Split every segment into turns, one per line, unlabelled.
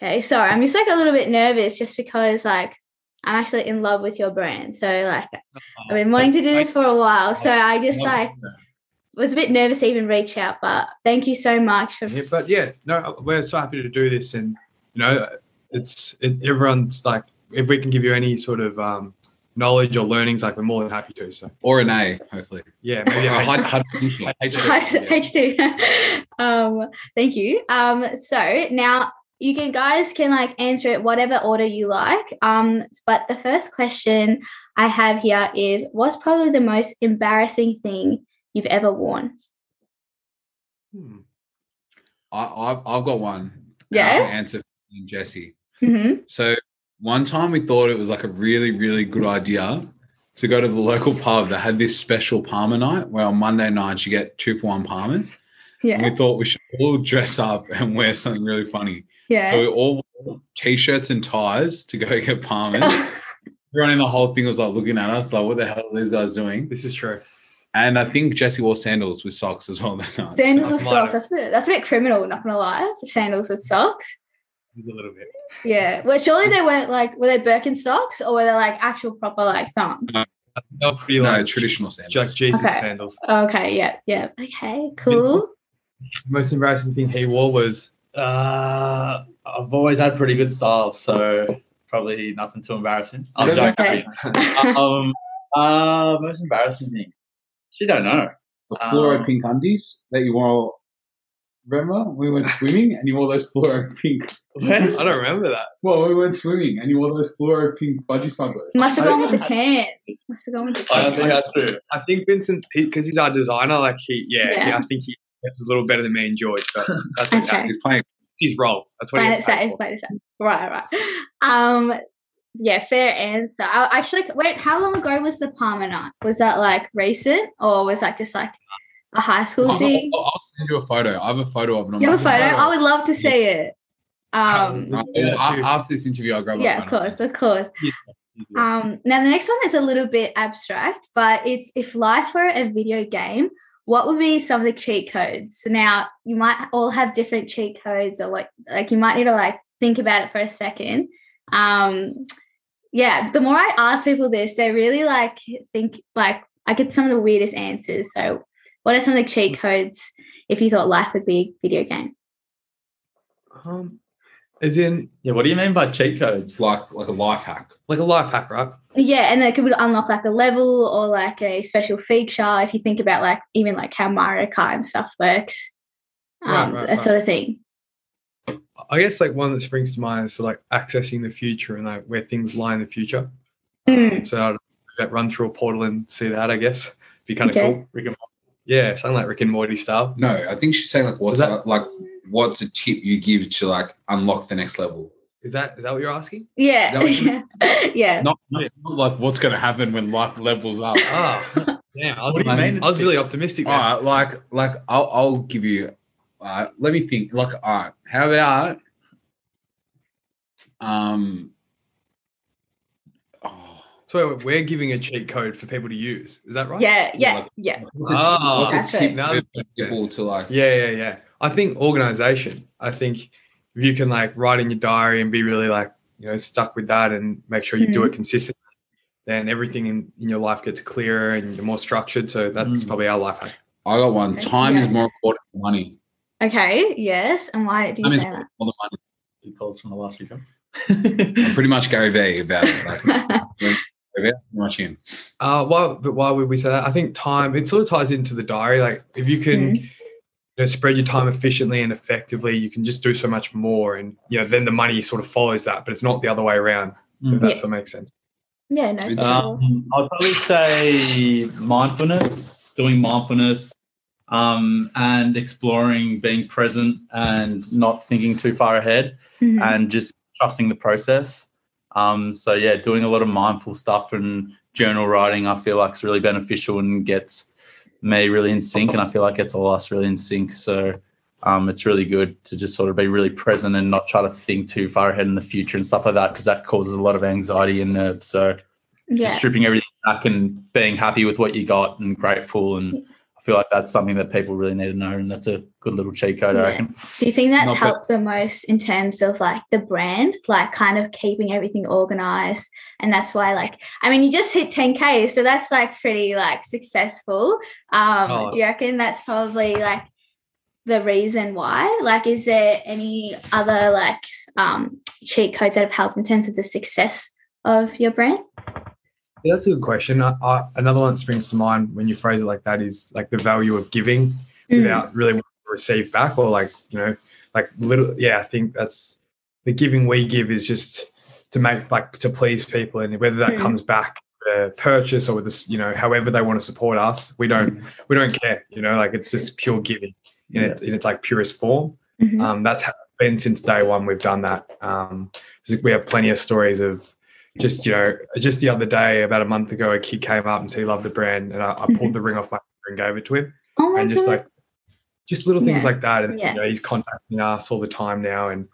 Okay, sorry, I'm just like a little bit nervous just because like I'm actually in love with your brand. So like I've
Uh,
been wanting to do this for a while. So I just like was a bit nervous to even reach out, but thank you so much for
Yeah, but yeah, no, we're so happy to do this, and you know, it's it, everyone's like, if we can give you any sort of um, knowledge or learnings, like we're more than happy to. So
or an A, hopefully.
yeah, maybe
Yeah,
I-
hun- hun- H2.
H2. um, thank you. Um, so now you can guys can like answer it whatever order you like. Um, but the first question I have here is what's probably the most embarrassing thing you've ever worn?
Hmm.
I, I've, I've got one. and I
Yeah.
can answer for Jesse.
Mhm.
So one time we thought it was like a really, really good idea to go to the local pub that had this special Palmer night where on Monday night you get two for one Palmers. And
Yeah.
we thought we should all dress up and wear something really funny. So
Yeah.
we all wore t-shirts and ties to go get Palmers. Everyone in the whole thing was like looking at us, like, what the hell are these guys doing?
This is true.
And I think Jesse wore sandals with socks as well that night.
sandals with
I might have-
socks. That's a bit that's a bit criminal, not gonna lie. Sandals with socks.
A little bit.
Yeah. Well, surely they weren't like were they Birkenstocks or were they like actual proper like thongs?
No.
They're pretty
So, no,
like
traditional sandals.
like Jesus
Okay.
sandals.
Okay, yeah, yeah. Okay, cool.
The most embarrassing thing he wore was
Uh, I've always had pretty good style, so probably nothing too embarrassing. I'm
Yeah.
joking. um, uh, most embarrassing thing? She don't know.
the
Um,
fluoro pink undies that you wore. Remember, we went swimming and you wore those fluoro pink.
I don't remember that.
Well, we went swimming and you wore those fluoro pink budgie smugglers.
Must have
I
gone with the tan. Must have gone with the
I don't think
tan.
I do.
I think Vincent, because he's our designer, like he, yeah,
Yeah.
yeah. I think he this is a little better than me and George, but that's okay.
Okay.
He's playing.
He's wrong. That's what
Plan
he's
it safe. Plan it safe. Right, right. Um, yeah, fair answer. I actually wait. How long ago was the Palmer night? Was that like recent, or was that just like a high school
I'll,
thing?
I'll- I'll send you a photo. I have a photo of it. on
Do you
my
have a photo?
phone.
I would love to see it. Um,
Uh,
Yeah,
a-
too.
after this interview, I'll grab.
yeah,
that
of
photo.
course, of course.
Yeah.
Um, now the next one is a little bit abstract, but it's if life were a video game, what would be some of the cheat codes? So now you might all have different cheat codes, or like like you might need to like think about it for a second. Um, yeah, the more I ask people this, they really like think like I get some of the weirdest answers. So, what are some of the cheat codes if you thought life would be a video game?
Um, as in
Yeah, what do you mean by cheat
It's
codes?
like like a life hack.
like a life hack, right?
Yeah, and it could unlock like a level or like a special feature if you think about like even like how Mario Kart and stuff works, um,
Right, right,
that
right.
sort of thing.
I guess like one that springs to mind is sort of like accessing the future and like where things lie in the future.
Mm.
So I'd like, run through a portal and see that. I guess be kind of
Okay.
cool. Rick and yeah, something like Rick and Morty style.
No, I think she's saying like what's
Is
a, like what's a tip you give to like unlock the next level.
Is that is that what you're asking?
Yeah,
That was-
yeah, yeah.
Not, not like what's going to happen when life levels up.
Ah, damn. I was,
What do you mean?
I was really optimistic.
All
there.
right, like, like I'll, I'll give you. Uh, let me think. Like, all right, how about, um, oh,
So we're giving a cheat code for people to use. Is that right?
yeah, yeah, yeah,
what's a,
Ah,
what's a
That's
tip
it.
Now that
for people to like?
Yeah, yeah, yeah. I think organization. I think if you can like write in your diary and be really like, you know, stuck with that and make sure you do it consistently, then everything in, in your life gets clearer and you're more structured. So that's
Mm.
probably our life hack.
I got one.
Okay,
Time
yeah.
is more important than money.
Okay, yes. And why do you
I mean-
say that?
More than
Cheat codes from the last few times.
money. I'm pretty much Gary Vee about it. Like, Gary Vee, pretty much him.
Uh, why, but why would we say that? I think time, it sort of ties into the diary. Like if you can you know, spread your time efficiently and effectively, you can just do so much more. And, you know, then the money sort of follows that, but it's not the other way around.
Mm.
If that
Yeah.
sort of makes sense.
yeah, no.
Um,
for sure.
Um, I'll probably say mindfulness, doing mindfulness, um, and exploring, being present, and not thinking too far ahead,
Mhm.
and just trusting the process. Um, so yeah, doing a lot of mindful stuff and journal writing, I feel like is really beneficial and gets me really in sync, and I feel like gets all us really in sync. So. Um, it's really good to just sort of be really present and not try to think too far ahead in the future and stuff like that because that causes a lot of anxiety and nerves. So,
yeah.
just stripping everything back and being happy with what you got and grateful and I feel like that's something that people really need to know, and that's a good little cheat code,
Yeah.
I reckon.
Do you think that's
Not bad.
helped the most in terms of like the brand, like kind of keeping everything organized? And that's why, like, I mean, you just hit 10K, so that's like pretty like successful. Um,
Oh.
do you reckon that's probably like the reason why? Like, is there any other like um cheat codes that have helped in terms of the success of your brand?
Yeah, that's a good question. I, I, another one that springs to mind when you phrase it like that is like the value of giving
Mm,
without really wanting to receive back or like you know like little yeah i think that's the giving we give is just to make like to please people and whether that
Mm.
comes back with a purchase or with this you know however they want to support us we don't we don't care you know like it's just pure giving in, its, in its like purest form
mhm.
um, that's ha- been since day one. We've done that. Um, s- we have plenty of stories of just you know just the other day, about a month ago, a kid came up and said he loved the brand, and I, I pulled the ring off my finger and gave it to him,
oh my
and just
God.
like just little things
Yeah.
like that. And
Yeah.
you know, he's contacting us all the time now, and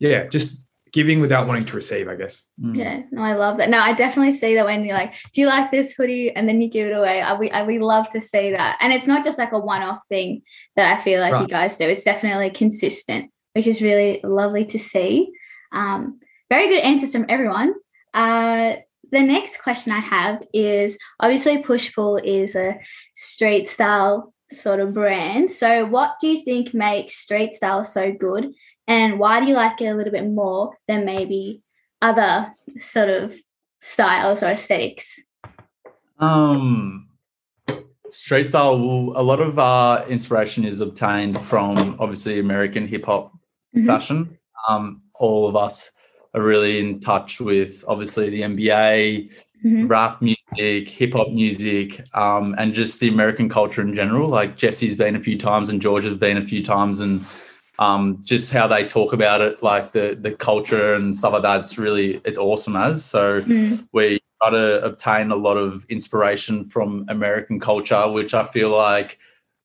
yeah, just giving without wanting to receive, I guess.
Mm.
Yeah, no, I love that. No, I definitely see that when you're like, "Do you like this hoodie?" and then you give it away. I, we I, we love to see that, and it's not just like a one-off thing that I feel like you
Right.
guys do. It's definitely consistent, which is really lovely to see. Um, very good answers from everyone. Uh, the next question I have is obviously Push Pull is a street style sort of brand. So, what do you think makes street style so good, and why do you like it a little bit more than maybe other sort of styles or aesthetics.
Um, street style. well, A lot of uh, inspiration is obtained from obviously American hip hop
Mhm.
fashion. Um, all of us are really in touch with obviously the NBA,
Mhm.
rap music, hip hop music, um, and just the American culture in general. Like Jesse's been a few times and George has been a few times, and um, just how they talk about it, like the the culture and stuff like that. It's really it's awesome as so
Mm.
we try to obtain a lot of inspiration from American culture, which I feel like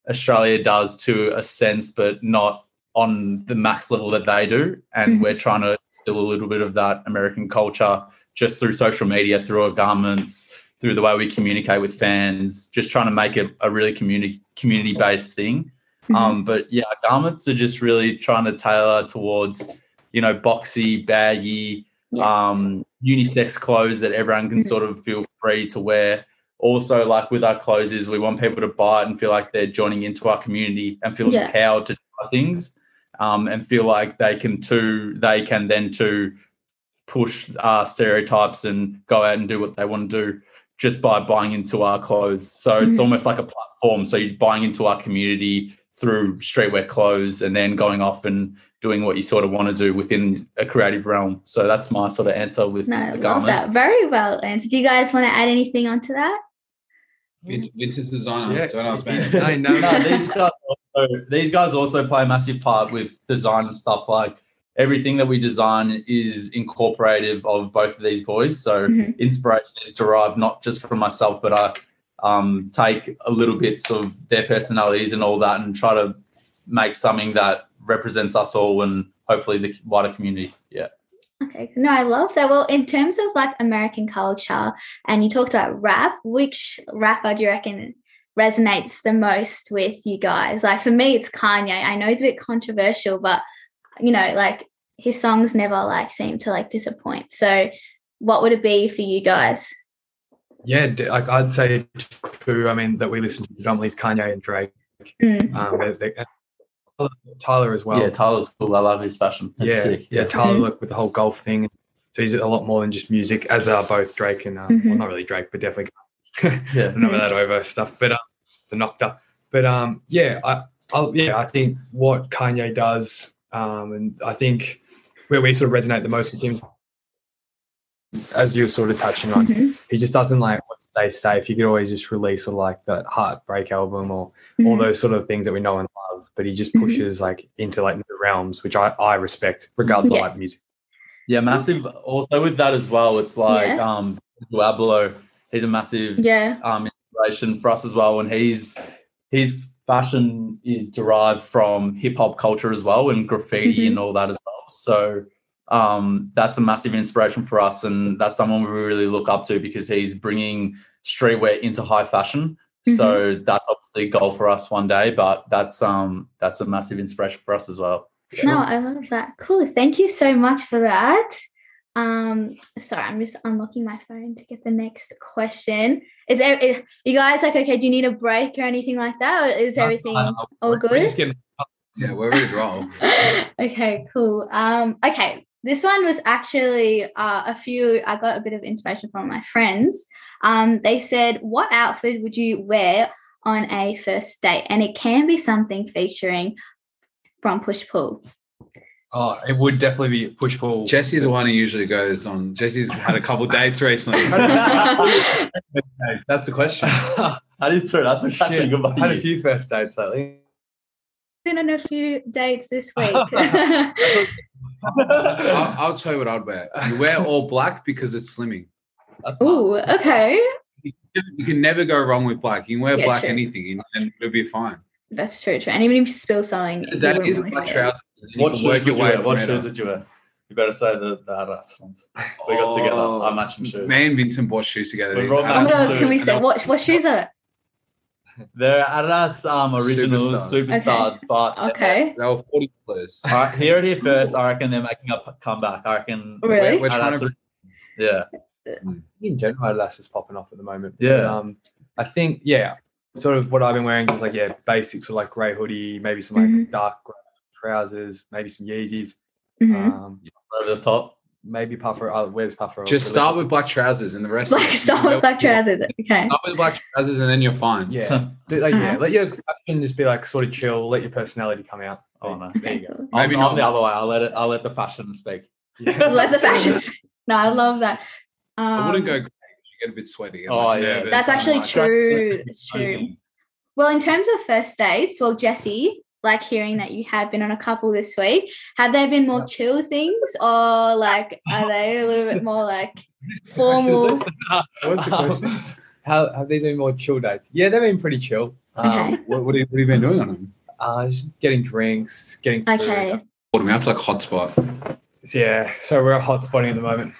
Australia does to a sense, but not on the max level that they do. And
Mhm.
we're trying to instill a little bit of that American culture just through social media, through our garments, through the way we communicate with fans, just trying to make it a really community community based thing. Um, but yeah, garments are just really trying to tailor towards, you know, boxy, baggy,
Yeah.
um, unisex clothes that everyone can
Mhm.
sort of feel free to wear. Also, like with our clothes, is we want people to buy it and feel like they're joining into our community and feel
Yeah.
empowered to try things, um, and feel like they can too. They can then too push uh, stereotypes and go out and do what they want to do just by buying into our clothes. So it's
Mhm.
almost like a platform. So you're buying into our community through streetwear clothes and then going off and doing what you sort of want to do within a creative realm. So that's my sort of answer with
no, I
the
love
garment.
that. Very well answered. Do you guys want to add anything onto that?
Vin- Vince's designer.
Yeah.
Don't ask me.
No, no,
no, these guys also these guys also play a massive part with design and stuff. Like everything that we design is incorporative of both of these boys. So
Mhm.
inspiration is derived not just from myself, but I um, take a little bits of their personalities and all that, and try to make something that represents us all and hopefully the wider community. Yeah.
Okay. No, I love that. Well, in terms of like American culture, and you talked about rap, which rapper do you reckon resonates the most with you guys? Like for me, it's Kanye. I know it's a bit controversial, but you know, like his songs never like seem to like disappoint. So, what would it be for you guys?
yeah, d- like I'd say two. I mean, that we listen to predominantly is Kanye and Drake.
Mm.
Um, they- they- and Tyler as well.
yeah, Tyler's cool. I love his fashion. That's
yeah,
sick.
yeah. Tyler
Mhm.
look with the whole golf thing. So he's a lot more than just music, as are both Drake and um,
Mhm.
well, not really Drake, but definitely
Yeah.
none of that over stuff. But um, the knocked But um, yeah, I, I'll, yeah, I think what Kanye does, um, and I think where we sort of resonate the most with him, is- as you were sort of touching on,
Mhm.
he just doesn't like what they say. If you could always just release sort of like that heartbreak album or all
Mhm.
those sort of things that we know and love, but he just
Mhm.
pushes like into like new realms, which I, I respect, regardless
Yeah.
of like music.
Yeah, massive. Also with that as well, it's like
Yeah.
um Diablo, he's a massive
Yeah.
um inspiration for us as well. And he's his fashion is derived from hip hop culture as well and graffiti
Mhm.
and all that as well. So um that's a massive inspiration for us and that's someone we really look up to because he's bringing streetwear into high fashion So
Mm-hmm.
that's obviously a goal for us one day, but that's um that's a massive inspiration for us as well.
No, I love that. Cool. Thank you so much for that. Um, sorry, I'm just unlocking my phone to get the next question. Is, there, is you guys like okay? Do you need a break or anything like that? Or is everything all
We're
good?
just getting-
Yeah, we're ready to roll.
okay, cool. Um, okay, this one was actually uh, a few. I got a bit of inspiration from my friends. Um, they said, "What outfit would you wear on a first date?" And it can be something featuring from push pull.
oh, it would definitely be push pull.
Jesse's the one who usually goes on. Jesse's had a couple dates recently. That's the question.
That is true. That's that's
Yeah,
a good
I had a
one.
few first dates lately.
Been on a few dates this week.
I'll, I'll tell you what I'd wear. You wear all black because it's slimming.
That's
Ooh,
nice.
okay,
You can never go wrong with black. You can wear
Yeah,
black
true.
anything and it'll be fine.
that's true. True. And even if you spill something, you
That
wouldn't
is
really
black
see it.
trousers. and you
What
can
shoes
work
would you
your way
wear?
from
What
it
shoes
up.
would you wear? You better say the the Adidas ones. We got together.
Oh.
Our matching shoes.
Me and Vincent bought shoes together.
We're
These
Oh
wrong.
Adidas
my god,
Absolutely.
can we say what what shoes are? it?
They're Adidas um originals
Superstars.
superstars, but
Okay,
They were forty dollars.
All right, here it is first. I reckon they're making a p- comeback. I reckon.
Oh, really?
We're trying
Adidas
to.
are- yeah.
in general, Adidas is popping off at the moment.
Yeah.
Um, I think yeah, sort of what I've been wearing is like yeah, basics with like grey hoodie, maybe some like
Mhm.
dark grey trousers, maybe some Yeezys.
Mhm.
Um,
Over the top.
maybe puffer. Uh, where's puffer?
Just start with black trousers and the rest.
Black start with black trousers. Okay.
Start with black trousers and then you're fine.
yeah. Do- like, yeah, let your fashion just be like sort of chill. Let your personality come out.
Oh no.
There you
Okay, cool.
Maybe
Maybe
I'm,
not.
the other way. I'll let it. I'll let the fashion speak.
Yeah.
Let the fashion. No, I love that. Um,
I wouldn't go. grey 'cause You get a bit sweaty. and,
Oh,
like,
yeah.
nervous
That's
and,
actually
like,
true. It's true.
Anything.
Well, in terms of first dates, well, Jesse, like hearing that you have been on a couple this week, have they been more chill things, or like are they a little bit more like formal?
What's the question? How have these been more chill dates? Yeah, they've been pretty chill. Um,
Okay.
What,
What
what
have you, what have you been doing on them?
uh, just getting drinks, getting food.
Okay.
Bought me up to like hotspot.
Yeah, so we're hotspotting at the moment.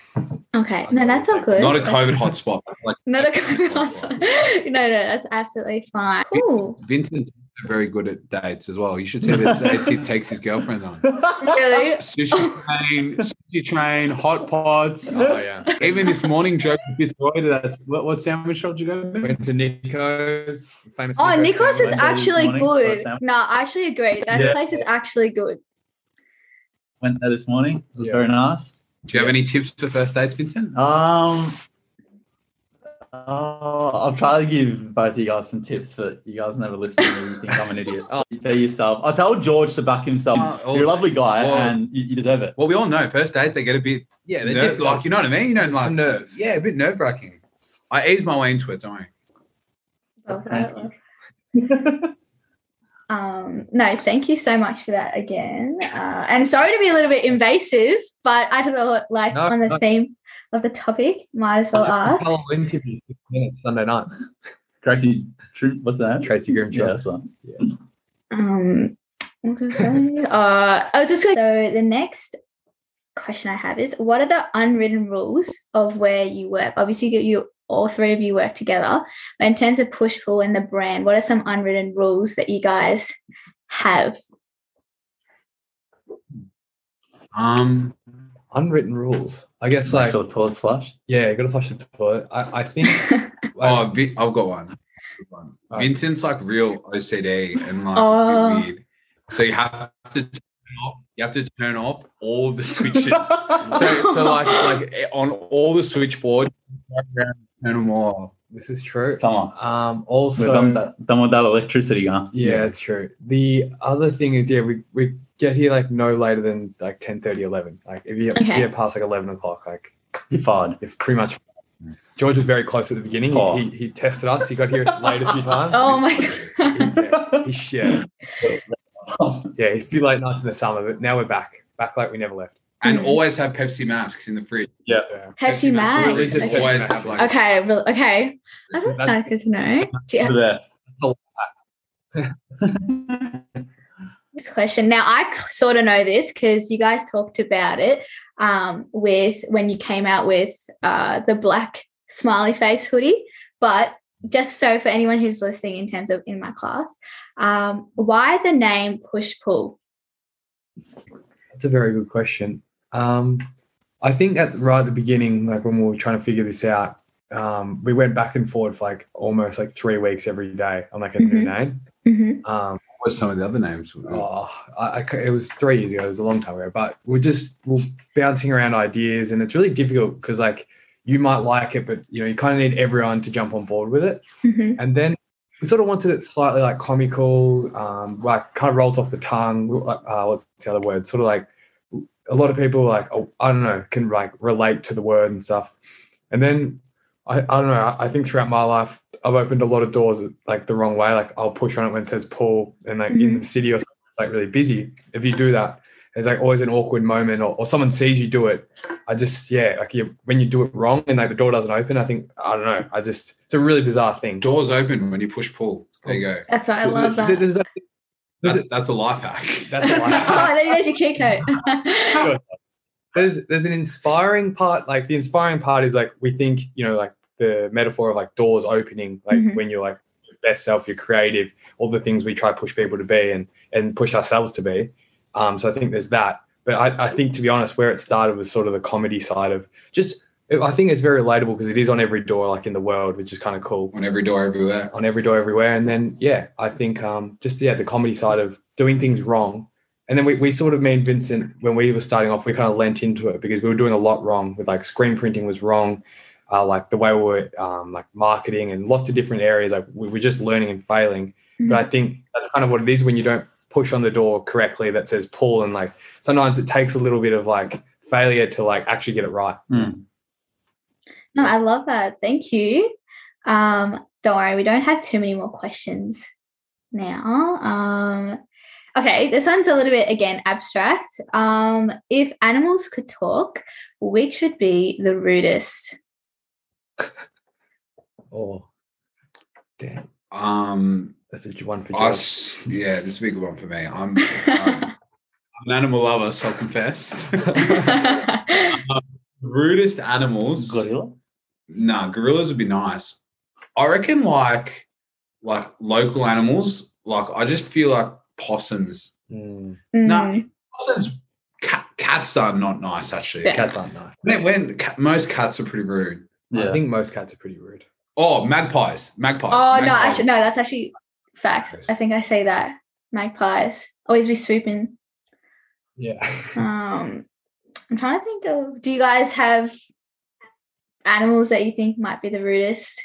Okay. No, that's all good.
Not a COVID hotspot. Like
Not a COVID. no, no, that's absolutely fine. Cool.
Vincent's very good at dates as well. You should see the dates he takes his girlfriend on.
Really?
Sushi train, sushi train, hot pots.
Oh yeah.
Even this morning, Joe with Roy to that. What, what sandwich shop did you go to?
Went to Nico's. Famous
Oh, Nikos is
Wednesday
actually
morning,
good.
first sandwich.
No, I actually agree. That
Yeah.
place is actually good.
Went there this morning. It was
Yeah.
very nice.
Do you have any tips for first dates, Vincent?
Um. Oh, I'll try to give both of you guys some tips, but you guys never listen and you think I'm an idiot. So you be yourself. I told George to back himself.
Uh, oh,
You're a lovely guy
well-
and you, you deserve it.
Well, we all know first dates they get a bit
Yeah,
nerve- like you know what I mean. You know,
Some
like
nerves.
Yeah, a bit nerve wracking. I eased my way into it. Don't worry.
Love that.
Fantastic.
Um, no, thank you so much for that again. Uh, and sorry to be a little bit invasive, but I thought, like,
No,
on the
no.
theme of the topic, might as well ask.
Whole interview, 15 minutes, Sunday night.
Tracy, Tr- what's that?
Tracy Grimshaw.
Yeah, that's the one.
Um, what was I gonna say? uh, I was just going. So the next question I have is, what are the unwritten rules of where you work? Obviously, you- you all three of you work together. But in terms of push pull and the brand, what are some unwritten rules that you guys have?
Um,
Unwritten rules. I guess
Make
like
sure toilet's flush.
yeah, you gotta flush the toilet. I, I think
oh,
I-
Vi- I've got one. Good one.
Alright.
Vincent's like real OCD and like
Oh.
weird. So you have to turn off, you have to turn off all the switches. so, so like like on all the switchboards, turn them all.
this is true.
Come on.
Um
We've
also
done, that, done with that electricity, huh?
Yeah, it's true. The other thing is, yeah, we, we get here like no later than like 10 11. Like, if you
Okay.
get past like 11 o'clock, like,
You're fired.
if pretty much George was very close at the beginning. He-
Oh.
He, he, tested us, he got here late a few times.
Oh my god!
Yeah, he, yeah, yeah, a few late nights in the summer, but now we're back, back like we never left.
And
Mhm.
always have Pepsi Max in the fridge.
Yeah.
Pepsi Max.
Literally just
Okay,
always have like
okay, real- okay. That's,
That's-
that's good to know. Do you
the best.
Next question. Now, I sort of know this because you guys talked about it um, with when you came out with uh, the black smiley face hoodie, but just so for anyone who's listening in terms of in my class, um, why the name push pull?
That's a very good question. Um, I think at right at the beginning, like when we were trying to figure this out, um, we went back and forward for like almost like three weeks every day on like a new
Mhm.
name.
Mhm.
Um,
What some of the other names? would be?
oh, I, I c- it was three years ago. It was a long time ago, but we're just we're bouncing around ideas, and it's really difficult because like you might like it, but you know you kind of need everyone to jump on board with it.
Mhm.
And then we sort of wanted it slightly like comical, um, like kind of rolls off the tongue. Uh, what's the other word? Sort of like a lot of people like oh, I don't know can like relate to the word and stuff. And then I, I don't know. I, I think throughout my life I've opened a lot of doors like the wrong way. Like I'll push on it when it says Paul, and like in the city or something, it's like really busy. If you do that. There's like always an awkward moment, or, or someone sees you do it. I just, yeah, like you, when you do it wrong and like the door doesn't open, I think, I don't know. I just, it's a really bizarre thing.
Doors open when you push pull. There you go.
That's what I love that.
There's that- Does
That's, that's a life hack.
that's a
oh,
lot.
there you go, your cheat code.
there's there's an inspiring part. Like the inspiring part is like we think you know like the metaphor of like doors opening, like
Mhm.
when you're like your best self, you're creative, all the things we try to push people to be and and push ourselves to be. Um, so I think there's that. But I, I think to be honest, where it started was sort of the comedy side of just. I think it's very relatable because it is on every door, like in the world, which is kind of cool.
On every door, everywhere.
on every door everywhere and then yeah i think um just yeah the comedy side of doing things wrong and then we, we sort of me and vincent when we were starting off we kind of lent into it because we were doing a lot wrong with like screen printing was wrong uh, like the way we were um, like marketing and lots of different areas like we were just learning and failing
Mm-hmm.
but i think that's kind of what it is when you don't push on the door correctly that says pull and like sometimes it takes a little bit of like failure to like actually get it right
Hmm.
No, I love that. Thank you. Um, don't worry, we don't have too many more questions now. Um, okay, this one's a little bit again abstract. Um, if animals could talk, which would be the rudest?
oh damn
Um,
that's a one for
I
Josh.
s yeah, this is a big one for me. I'm, I'm an animal lover, so confessed.
Hmm.
Rudest animals.
Gorilla?
Nah, gorillas would be nice. I reckon like like local animals. Like I just feel like possums.
Mm,
No,
Mm,
possums. Cat, cats are not nice actually.
Yeah.
cats aren't nice
When, when ca- most cats are pretty rude.
Yeah.
I think most cats are pretty rude.
Oh, magpies. Magpies.
Oh no,
magpies.
actually no, that's actually facts. I think I say that. Magpies always be swooping.
Yeah.
Um, I'm trying to think of. Do you guys have animals that you think might be the rudest,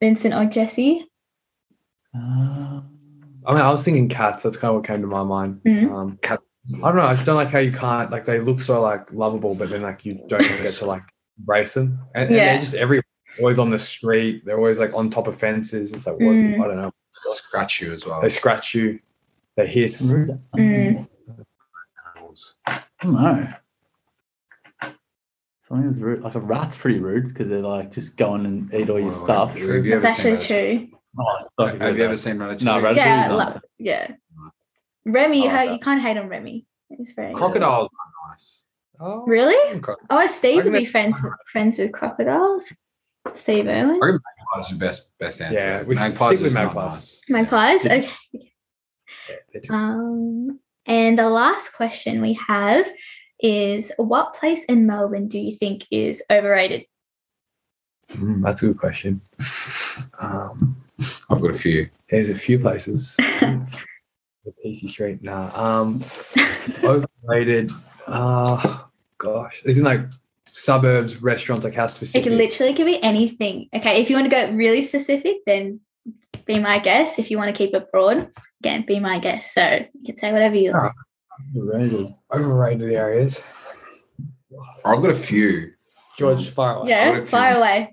Vincent or Jesse?
Uh,
I mean, I was thinking cats. That's kind of what came to my mind.
Mhm.
Um, cat. I don't know. I just don't like how you can't like they look so like lovable, but then like you don't get to like embrace them, and, and
Yeah.
they're just everywhere. Always on the street. They're always like on top of fences. It's like what?
Mm.
I don't know.
scratch you as well.
They scratch you. They hiss.
rude.
Mm.
Animals.
I don't know. Something that's rude. Like a rat's pretty rude because they're like just going and eat all your
Well,
stuff.
have you
That's
ever seen
actually
Ratatouille?
true.
Oh, it's so
Have
good,
you ever
though.
seen Ratatouille?
No, Ratatouille's
Yeah, I
not-
love. Yeah, Remy, you,
Oh, I like
ha-
that.
you can't hate on Remy. He's very
Crocodiles are nice.
Oh,
really.
okay.
Oh, I Steve would
Argument-
be friends with, friends with crocodiles. Steve Irwin.
Magpies are best best answer.
Yeah, we
magpies
stick with
is not
magpies.
nice.
Magpies. Okay.
They do.
Um, and the last question we have is: What place in Melbourne do you think is overrated?
Mm, that's a good question. Um,
I've got a few.
there's a few places. the PC Street. Nah. Um, overrated. Uh gosh. Isn't like suburbs, restaurants, like how
It
specific.
can literally could be anything. Okay, if you want to go really specific, then be my guest. If you want to keep it broad, again, be my guest. So you can say whatever you like.
Overrated.
overrated areas.
I've got a few.
George fire away.
what
yeah,
if
fire
you-
away.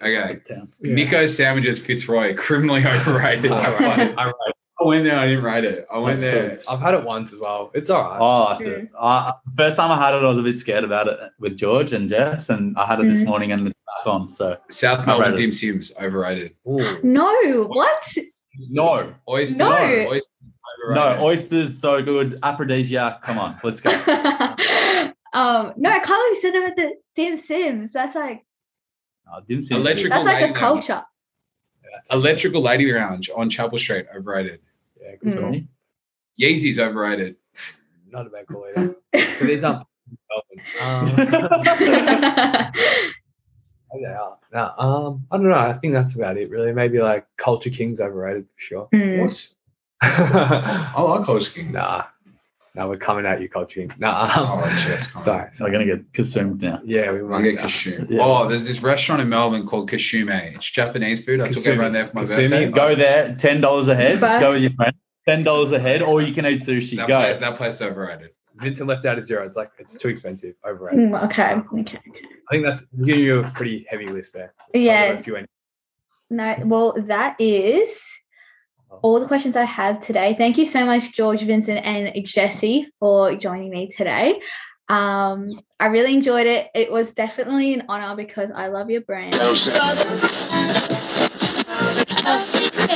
Oh,
Okay.
Town.
Yeah.
Nico sandwiches Fitzroy, criminally overrated.
I rate it.
I
I rate it.
went there, I didn't rate it. I went
That's
there.
I've had it once as well. It's all right.
Oh, I th- I- first time I had it, I was a bit scared about it with George and Jess, and I had it this
Mhm.
morning and it's back on. So
South Melbourne
Overrated.
dim sims overrated.
Ooh.
Mm. No, what?
no,
Oysters.
No.
Oysters
no,
overrated.
oysters so good, aphrodisiac. Come on, let's go.
um, no, I can't believe you said that at the Dim Sims. That's like
I didn't see it.
Electrical-
That's like a
Right now.
culture.
Electrical Lady Lounge on Chapel Street, overrated.
Yeah,
Mm.
good call.
Yeezy's overrated.
Not a bad call either. But these aren't um,
Oh.
they are. No, um, I don't know. I think that's about it, really. Maybe like Culture King's overrated for sure.
Mm.
What? I like Culture King.
nah, no, we're coming at you, Culture King. Nah,
Oh, cheers, Colin.
sorry,
So I'm
sorry.
going to get consumed now.
Yeah, we
I
might
get Kashume.
Yeah.
Oh, there's this restaurant in Melbourne called Kashume. It's Japanese food. I took
Kasumi.
everyone there for my
Kasumi.
birthday.
Go there, ten dollars a head.
Bye.
Go with your friend. Ten dollars a head, or you can eat sushi.
That,
Go.
place, that place overrated.
Vincent left out a zero. It's like it's too expensive. Overrated.
Mm, okay. Okay.
I think that's giving you a pretty heavy list there.
Yeah.
If you went,
No, well, that is all the questions I have today. Thank you so much, George, Vincent, and Jesse, for joining me today. Um, I really enjoyed it. It was definitely an honor because I love your brand.
Thank